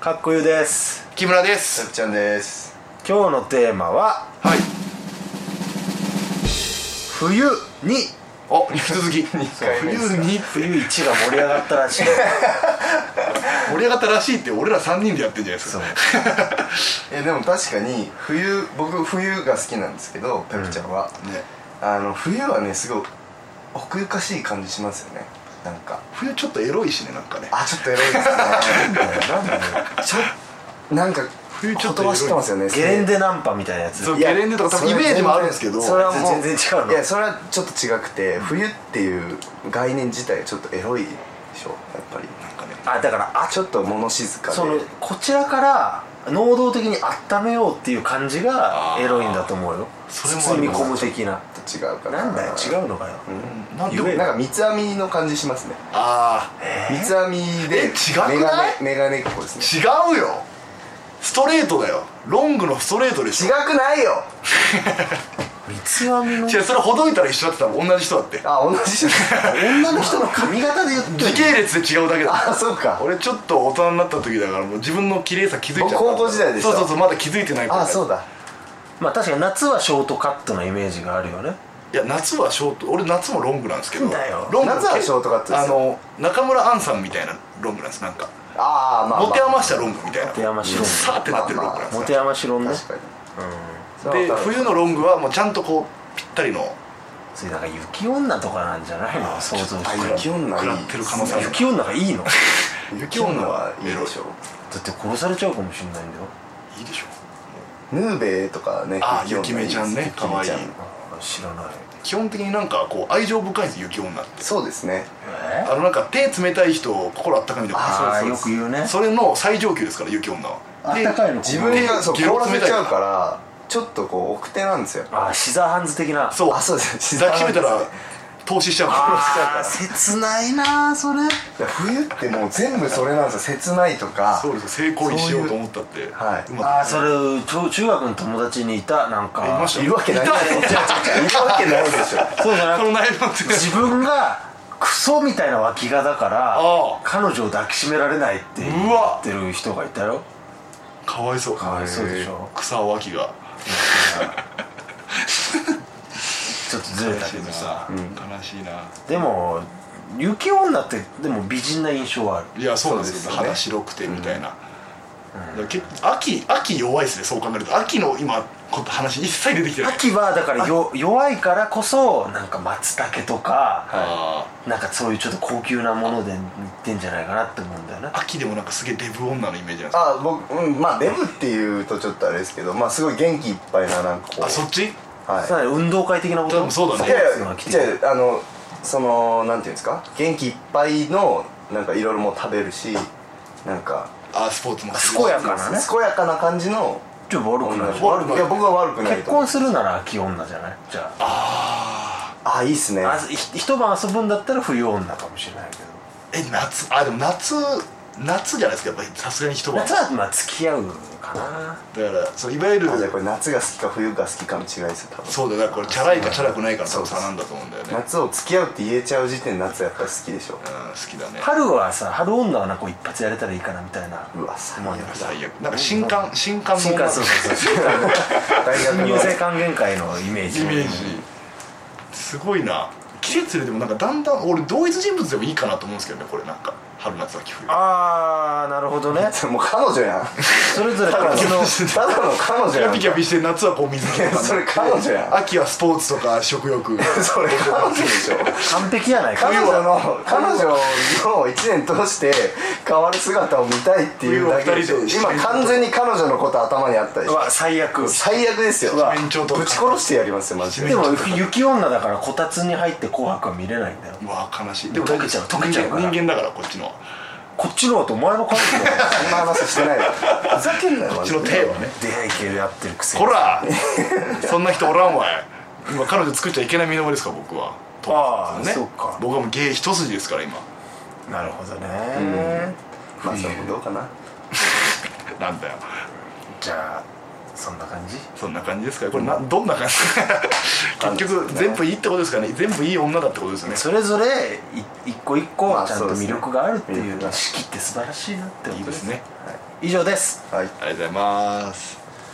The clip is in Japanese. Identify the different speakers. Speaker 1: かっこゆです
Speaker 2: 木村で
Speaker 3: さく
Speaker 2: す
Speaker 3: ちゃんです
Speaker 1: 今日のテーマは
Speaker 2: はい
Speaker 1: 冬に
Speaker 2: お引き 続き
Speaker 3: 回目です
Speaker 2: 冬に
Speaker 1: 冬一が盛り上がったらしい
Speaker 2: 盛り上がったらしいって俺ら3人でやってるじゃないですか
Speaker 3: いやでも確かに冬僕冬が好きなんですけどペプちゃんは、
Speaker 2: ね
Speaker 3: あの冬はねすごい奥ゆかしい感じしますよねなんか
Speaker 2: 冬ちょっとエロいしねなんかね
Speaker 3: あちょっとエロいですね なんだよちょなんか
Speaker 2: 冬ちょっとエロい
Speaker 3: 言葉知ってますよね
Speaker 1: ゲレンデナンパみたいなやつ
Speaker 2: そう
Speaker 3: いや
Speaker 2: ゲレンデとか多分イメージもあるんですけど
Speaker 3: それはも
Speaker 1: 全然違うの
Speaker 3: いやそれはちょっと違くて冬っていう概念自体がちょっとエロいでしょやっぱり
Speaker 2: なんかね
Speaker 1: あだからあ
Speaker 3: ちょっと物静かで
Speaker 1: そのこちらから能動的に温めようっていう感じが
Speaker 2: あー
Speaker 1: エロいんだと思うよ
Speaker 2: それもあ
Speaker 1: 包
Speaker 2: り
Speaker 1: み
Speaker 2: ます
Speaker 1: 込む的な
Speaker 3: ちょっと違うかな
Speaker 1: なんだよ違うのかよ、
Speaker 2: うんなんで
Speaker 1: 言え
Speaker 3: なんか三つ編みの感じしますね
Speaker 2: ああ
Speaker 3: 三つ編みで
Speaker 2: え違くない
Speaker 3: メガネメガネっ子ですね
Speaker 2: 違うよストレートだよロングのストレートでし
Speaker 3: 違
Speaker 2: ょ
Speaker 3: くないよ
Speaker 1: 三つ編みの
Speaker 2: 違うそれほどいたら一緒だって多分同じ人だって
Speaker 3: あ同じじゃない
Speaker 1: 女の人の髪型で言って
Speaker 2: 時系列で違うだけだ
Speaker 3: あそうか
Speaker 2: 俺ちょっと大人になった時だからもう自分の綺麗さ気づいちゃった
Speaker 3: 高校時代でしょ
Speaker 2: そうそうそうまだ気づいてないから
Speaker 3: あそうだ
Speaker 1: まあ確かに夏はショートカットのイメージがあるよね
Speaker 2: いや夏はショート俺夏もロングなんですけど
Speaker 1: なんだよ
Speaker 2: ロング
Speaker 3: 夏はショートカットですよ
Speaker 2: あの中村アンさんみたいなロングなんですなんか
Speaker 3: ああまあ、まあ、
Speaker 2: 持て余したロングみたいな
Speaker 1: 持て余しロング
Speaker 2: さーってなってるロングなんですよ
Speaker 1: モテ山城のね
Speaker 3: 確かに
Speaker 2: で
Speaker 3: わかる
Speaker 2: 冬のロングはもうちゃんとこうぴったりの
Speaker 1: それなんか雪女とかなんじゃないの想像し
Speaker 3: あ
Speaker 1: て
Speaker 3: 雪女いい
Speaker 2: 食らってる可能性ある
Speaker 1: 雪女がいいのだ
Speaker 3: 雪女はいいでしょ
Speaker 1: って殺されちゃうかもしれないんだよ
Speaker 2: いいでしょ
Speaker 3: ヌーベとかね
Speaker 2: あ
Speaker 3: 女
Speaker 2: 雪女ちゃんね
Speaker 3: 雪女ちゃん
Speaker 2: 可愛い
Speaker 1: あ知らない
Speaker 2: 基本的になんかこう愛情深いんです雪女って
Speaker 3: そうですね
Speaker 1: え
Speaker 2: あのなんか手冷たい人心あったかいみたいな
Speaker 1: ああ
Speaker 2: そう
Speaker 1: よ
Speaker 2: です
Speaker 1: く言うね
Speaker 2: それの最上級ですから雪女は
Speaker 1: あっ
Speaker 2: で
Speaker 1: たかいの
Speaker 3: 自分が
Speaker 2: 手
Speaker 3: そう
Speaker 2: 手
Speaker 3: 凍
Speaker 2: を
Speaker 3: ら
Speaker 2: 冷
Speaker 3: せ
Speaker 2: た
Speaker 3: ち
Speaker 2: い
Speaker 3: ゃうからちょっとこう奥手なんですよ
Speaker 1: ああシザーハンズ的な
Speaker 2: そう
Speaker 3: あそうです
Speaker 2: 抱きしめたら投資しちゃうから
Speaker 1: あー切ないなーそれ
Speaker 3: いや冬ってもう全部それなんですよ切ないとか
Speaker 2: そうですよ性行為しようと思ったって
Speaker 3: はいう
Speaker 2: まく
Speaker 1: ああそれちょ中学の友達にいたなんか
Speaker 2: いました
Speaker 3: いるわけない
Speaker 2: 痛い
Speaker 3: いるわけないでしょ
Speaker 1: そうじゃな
Speaker 2: そ
Speaker 1: く
Speaker 2: の
Speaker 1: て
Speaker 2: 内容って
Speaker 1: 自分がクソみたいな脇がだから
Speaker 2: ああ
Speaker 1: 彼女を抱きしめられないって言
Speaker 2: うわ
Speaker 1: ってる人がいたよ
Speaker 2: かわいそう
Speaker 1: かわいそうでしょ
Speaker 2: 草脇が
Speaker 1: ちょっとずれたけどさ
Speaker 2: 悲しいな
Speaker 1: でも雪女ってでも美人な印象はある
Speaker 2: いやそうなんですよ
Speaker 3: そうですよね
Speaker 2: 肌白くてみたいなだから結構秋秋弱いですねそう考えると秋の今こと話一切出てきてない
Speaker 1: 秋はだからよ弱いからこそなんか松茸とか
Speaker 2: あ
Speaker 1: なんかそういうちょっと高級なものでいってんじゃないかなって思うんだよね
Speaker 2: ー秋でもなんかすげえデブ女のイメージなんですよ
Speaker 3: あ僕、うん、まあデブっていうとちょっとあれですけどまあすごい元気いっぱいななんかこう
Speaker 2: あそっち
Speaker 1: さ
Speaker 3: は
Speaker 1: らに運動会的なこ
Speaker 2: 多
Speaker 1: と
Speaker 2: 分そうだ
Speaker 3: い
Speaker 2: ね
Speaker 3: いや
Speaker 1: スーツ
Speaker 3: い
Speaker 1: が
Speaker 3: や
Speaker 1: 着て
Speaker 3: じゃああのそのなんていうんですか元気いっぱいのなんかいろいろもう食べるしなんか
Speaker 2: あースポーツもする
Speaker 1: 健やかなね
Speaker 3: 健やかな感じの
Speaker 1: ちょっと悪く
Speaker 3: 女
Speaker 1: な
Speaker 3: の
Speaker 1: い
Speaker 3: 子
Speaker 2: 悪くない
Speaker 3: いや僕は悪くない
Speaker 1: 結
Speaker 3: と思う
Speaker 1: 婚するなら秋女じゃないじゃあ
Speaker 2: あ
Speaker 3: あいいっすね
Speaker 1: あひ一晩遊ぶんだったら冬女かもしれないけど
Speaker 2: ーえ夏あでも夏夏じゃないですかやっぱりさすがに一晩
Speaker 1: 夏はまあ付き合うかな
Speaker 2: だからそのいわゆる
Speaker 3: あじゃあこれ夏が好きか冬が好きかの違いですよ多分
Speaker 2: そうだよだからこれチャラいかチャラくないかの
Speaker 3: そうそう
Speaker 2: 差なんだと思うんだよねうん好
Speaker 3: 夏を付き合うって言えちゃう時点で夏はやっぱり好きでしょ
Speaker 2: きだね
Speaker 1: 春はさ春女はなんかこう一発やれたらいいかなみたいな
Speaker 3: うわ最悪だ
Speaker 2: 最悪なんか新刊新刊の
Speaker 1: 新
Speaker 2: 女
Speaker 1: 幹線
Speaker 2: の子
Speaker 1: そうそうそう
Speaker 3: 大学
Speaker 1: 新入
Speaker 3: の
Speaker 1: 生還元会のイメージ
Speaker 2: イメージすごいな季節ででもなんかだんだん俺同一人物でもいいかなと思うんですけどねこれなんか春夏秋冬
Speaker 1: ああなるほどね
Speaker 3: もう彼女やん
Speaker 1: それぞれ別の
Speaker 3: ただの彼女
Speaker 2: キ
Speaker 3: やん
Speaker 2: ャピキャピして夏はこう水着とか
Speaker 3: それ彼女やん
Speaker 2: 秋はスポーツとか食欲
Speaker 3: それ彼女でしょ
Speaker 1: 完璧やないか
Speaker 3: 彼
Speaker 2: 冬
Speaker 3: 女
Speaker 2: は
Speaker 3: の彼女の一年通して変わる姿を見たいっていうだけでしょ
Speaker 2: 冬を二人で
Speaker 3: 今完全に彼女のこと頭にあったでし
Speaker 1: う
Speaker 3: ょ
Speaker 1: わ最悪
Speaker 3: 最悪ですよ
Speaker 2: うわ一面鳥とか
Speaker 3: ぶち殺してやりますよマジで
Speaker 1: でも雪女だからこたつに入って紅白は見れないんだよ
Speaker 2: うわ悲しい
Speaker 1: でも溶けちゃう溶けちゃうから
Speaker 2: 人間人間だからこっちの
Speaker 1: こっちのはとお前の感じだよ
Speaker 3: そんな話してないよふざけんなよ
Speaker 2: こ
Speaker 3: マ
Speaker 2: っち
Speaker 3: ジ
Speaker 2: の手
Speaker 3: で
Speaker 2: はね
Speaker 1: 出会い系でやってるくせに
Speaker 2: こらそんな人おらんわい今彼女作っちゃいけない身の上ですから僕は
Speaker 1: ああ
Speaker 2: ね
Speaker 1: そうか
Speaker 2: 僕はもう芸一筋ですから今
Speaker 1: なるほどね
Speaker 3: まあそれもどうかな
Speaker 2: なんだよ
Speaker 1: じゃあそんな感じ
Speaker 2: そんな感じですかねこれな、どんな感じ 結
Speaker 3: そうで
Speaker 2: 局
Speaker 3: すね
Speaker 2: 全部いいってことですかね全部いい女だってことですね
Speaker 1: それぞれい一個一個
Speaker 3: まあ
Speaker 1: ちゃん
Speaker 3: そう
Speaker 1: と
Speaker 3: ですね
Speaker 1: 魅力があるって
Speaker 3: 魅
Speaker 1: いう
Speaker 3: 力が
Speaker 1: 四季って素晴らしいなって
Speaker 2: い
Speaker 1: 思
Speaker 2: いですね
Speaker 1: 以上です
Speaker 3: は
Speaker 2: あ
Speaker 3: い
Speaker 2: りがとうございます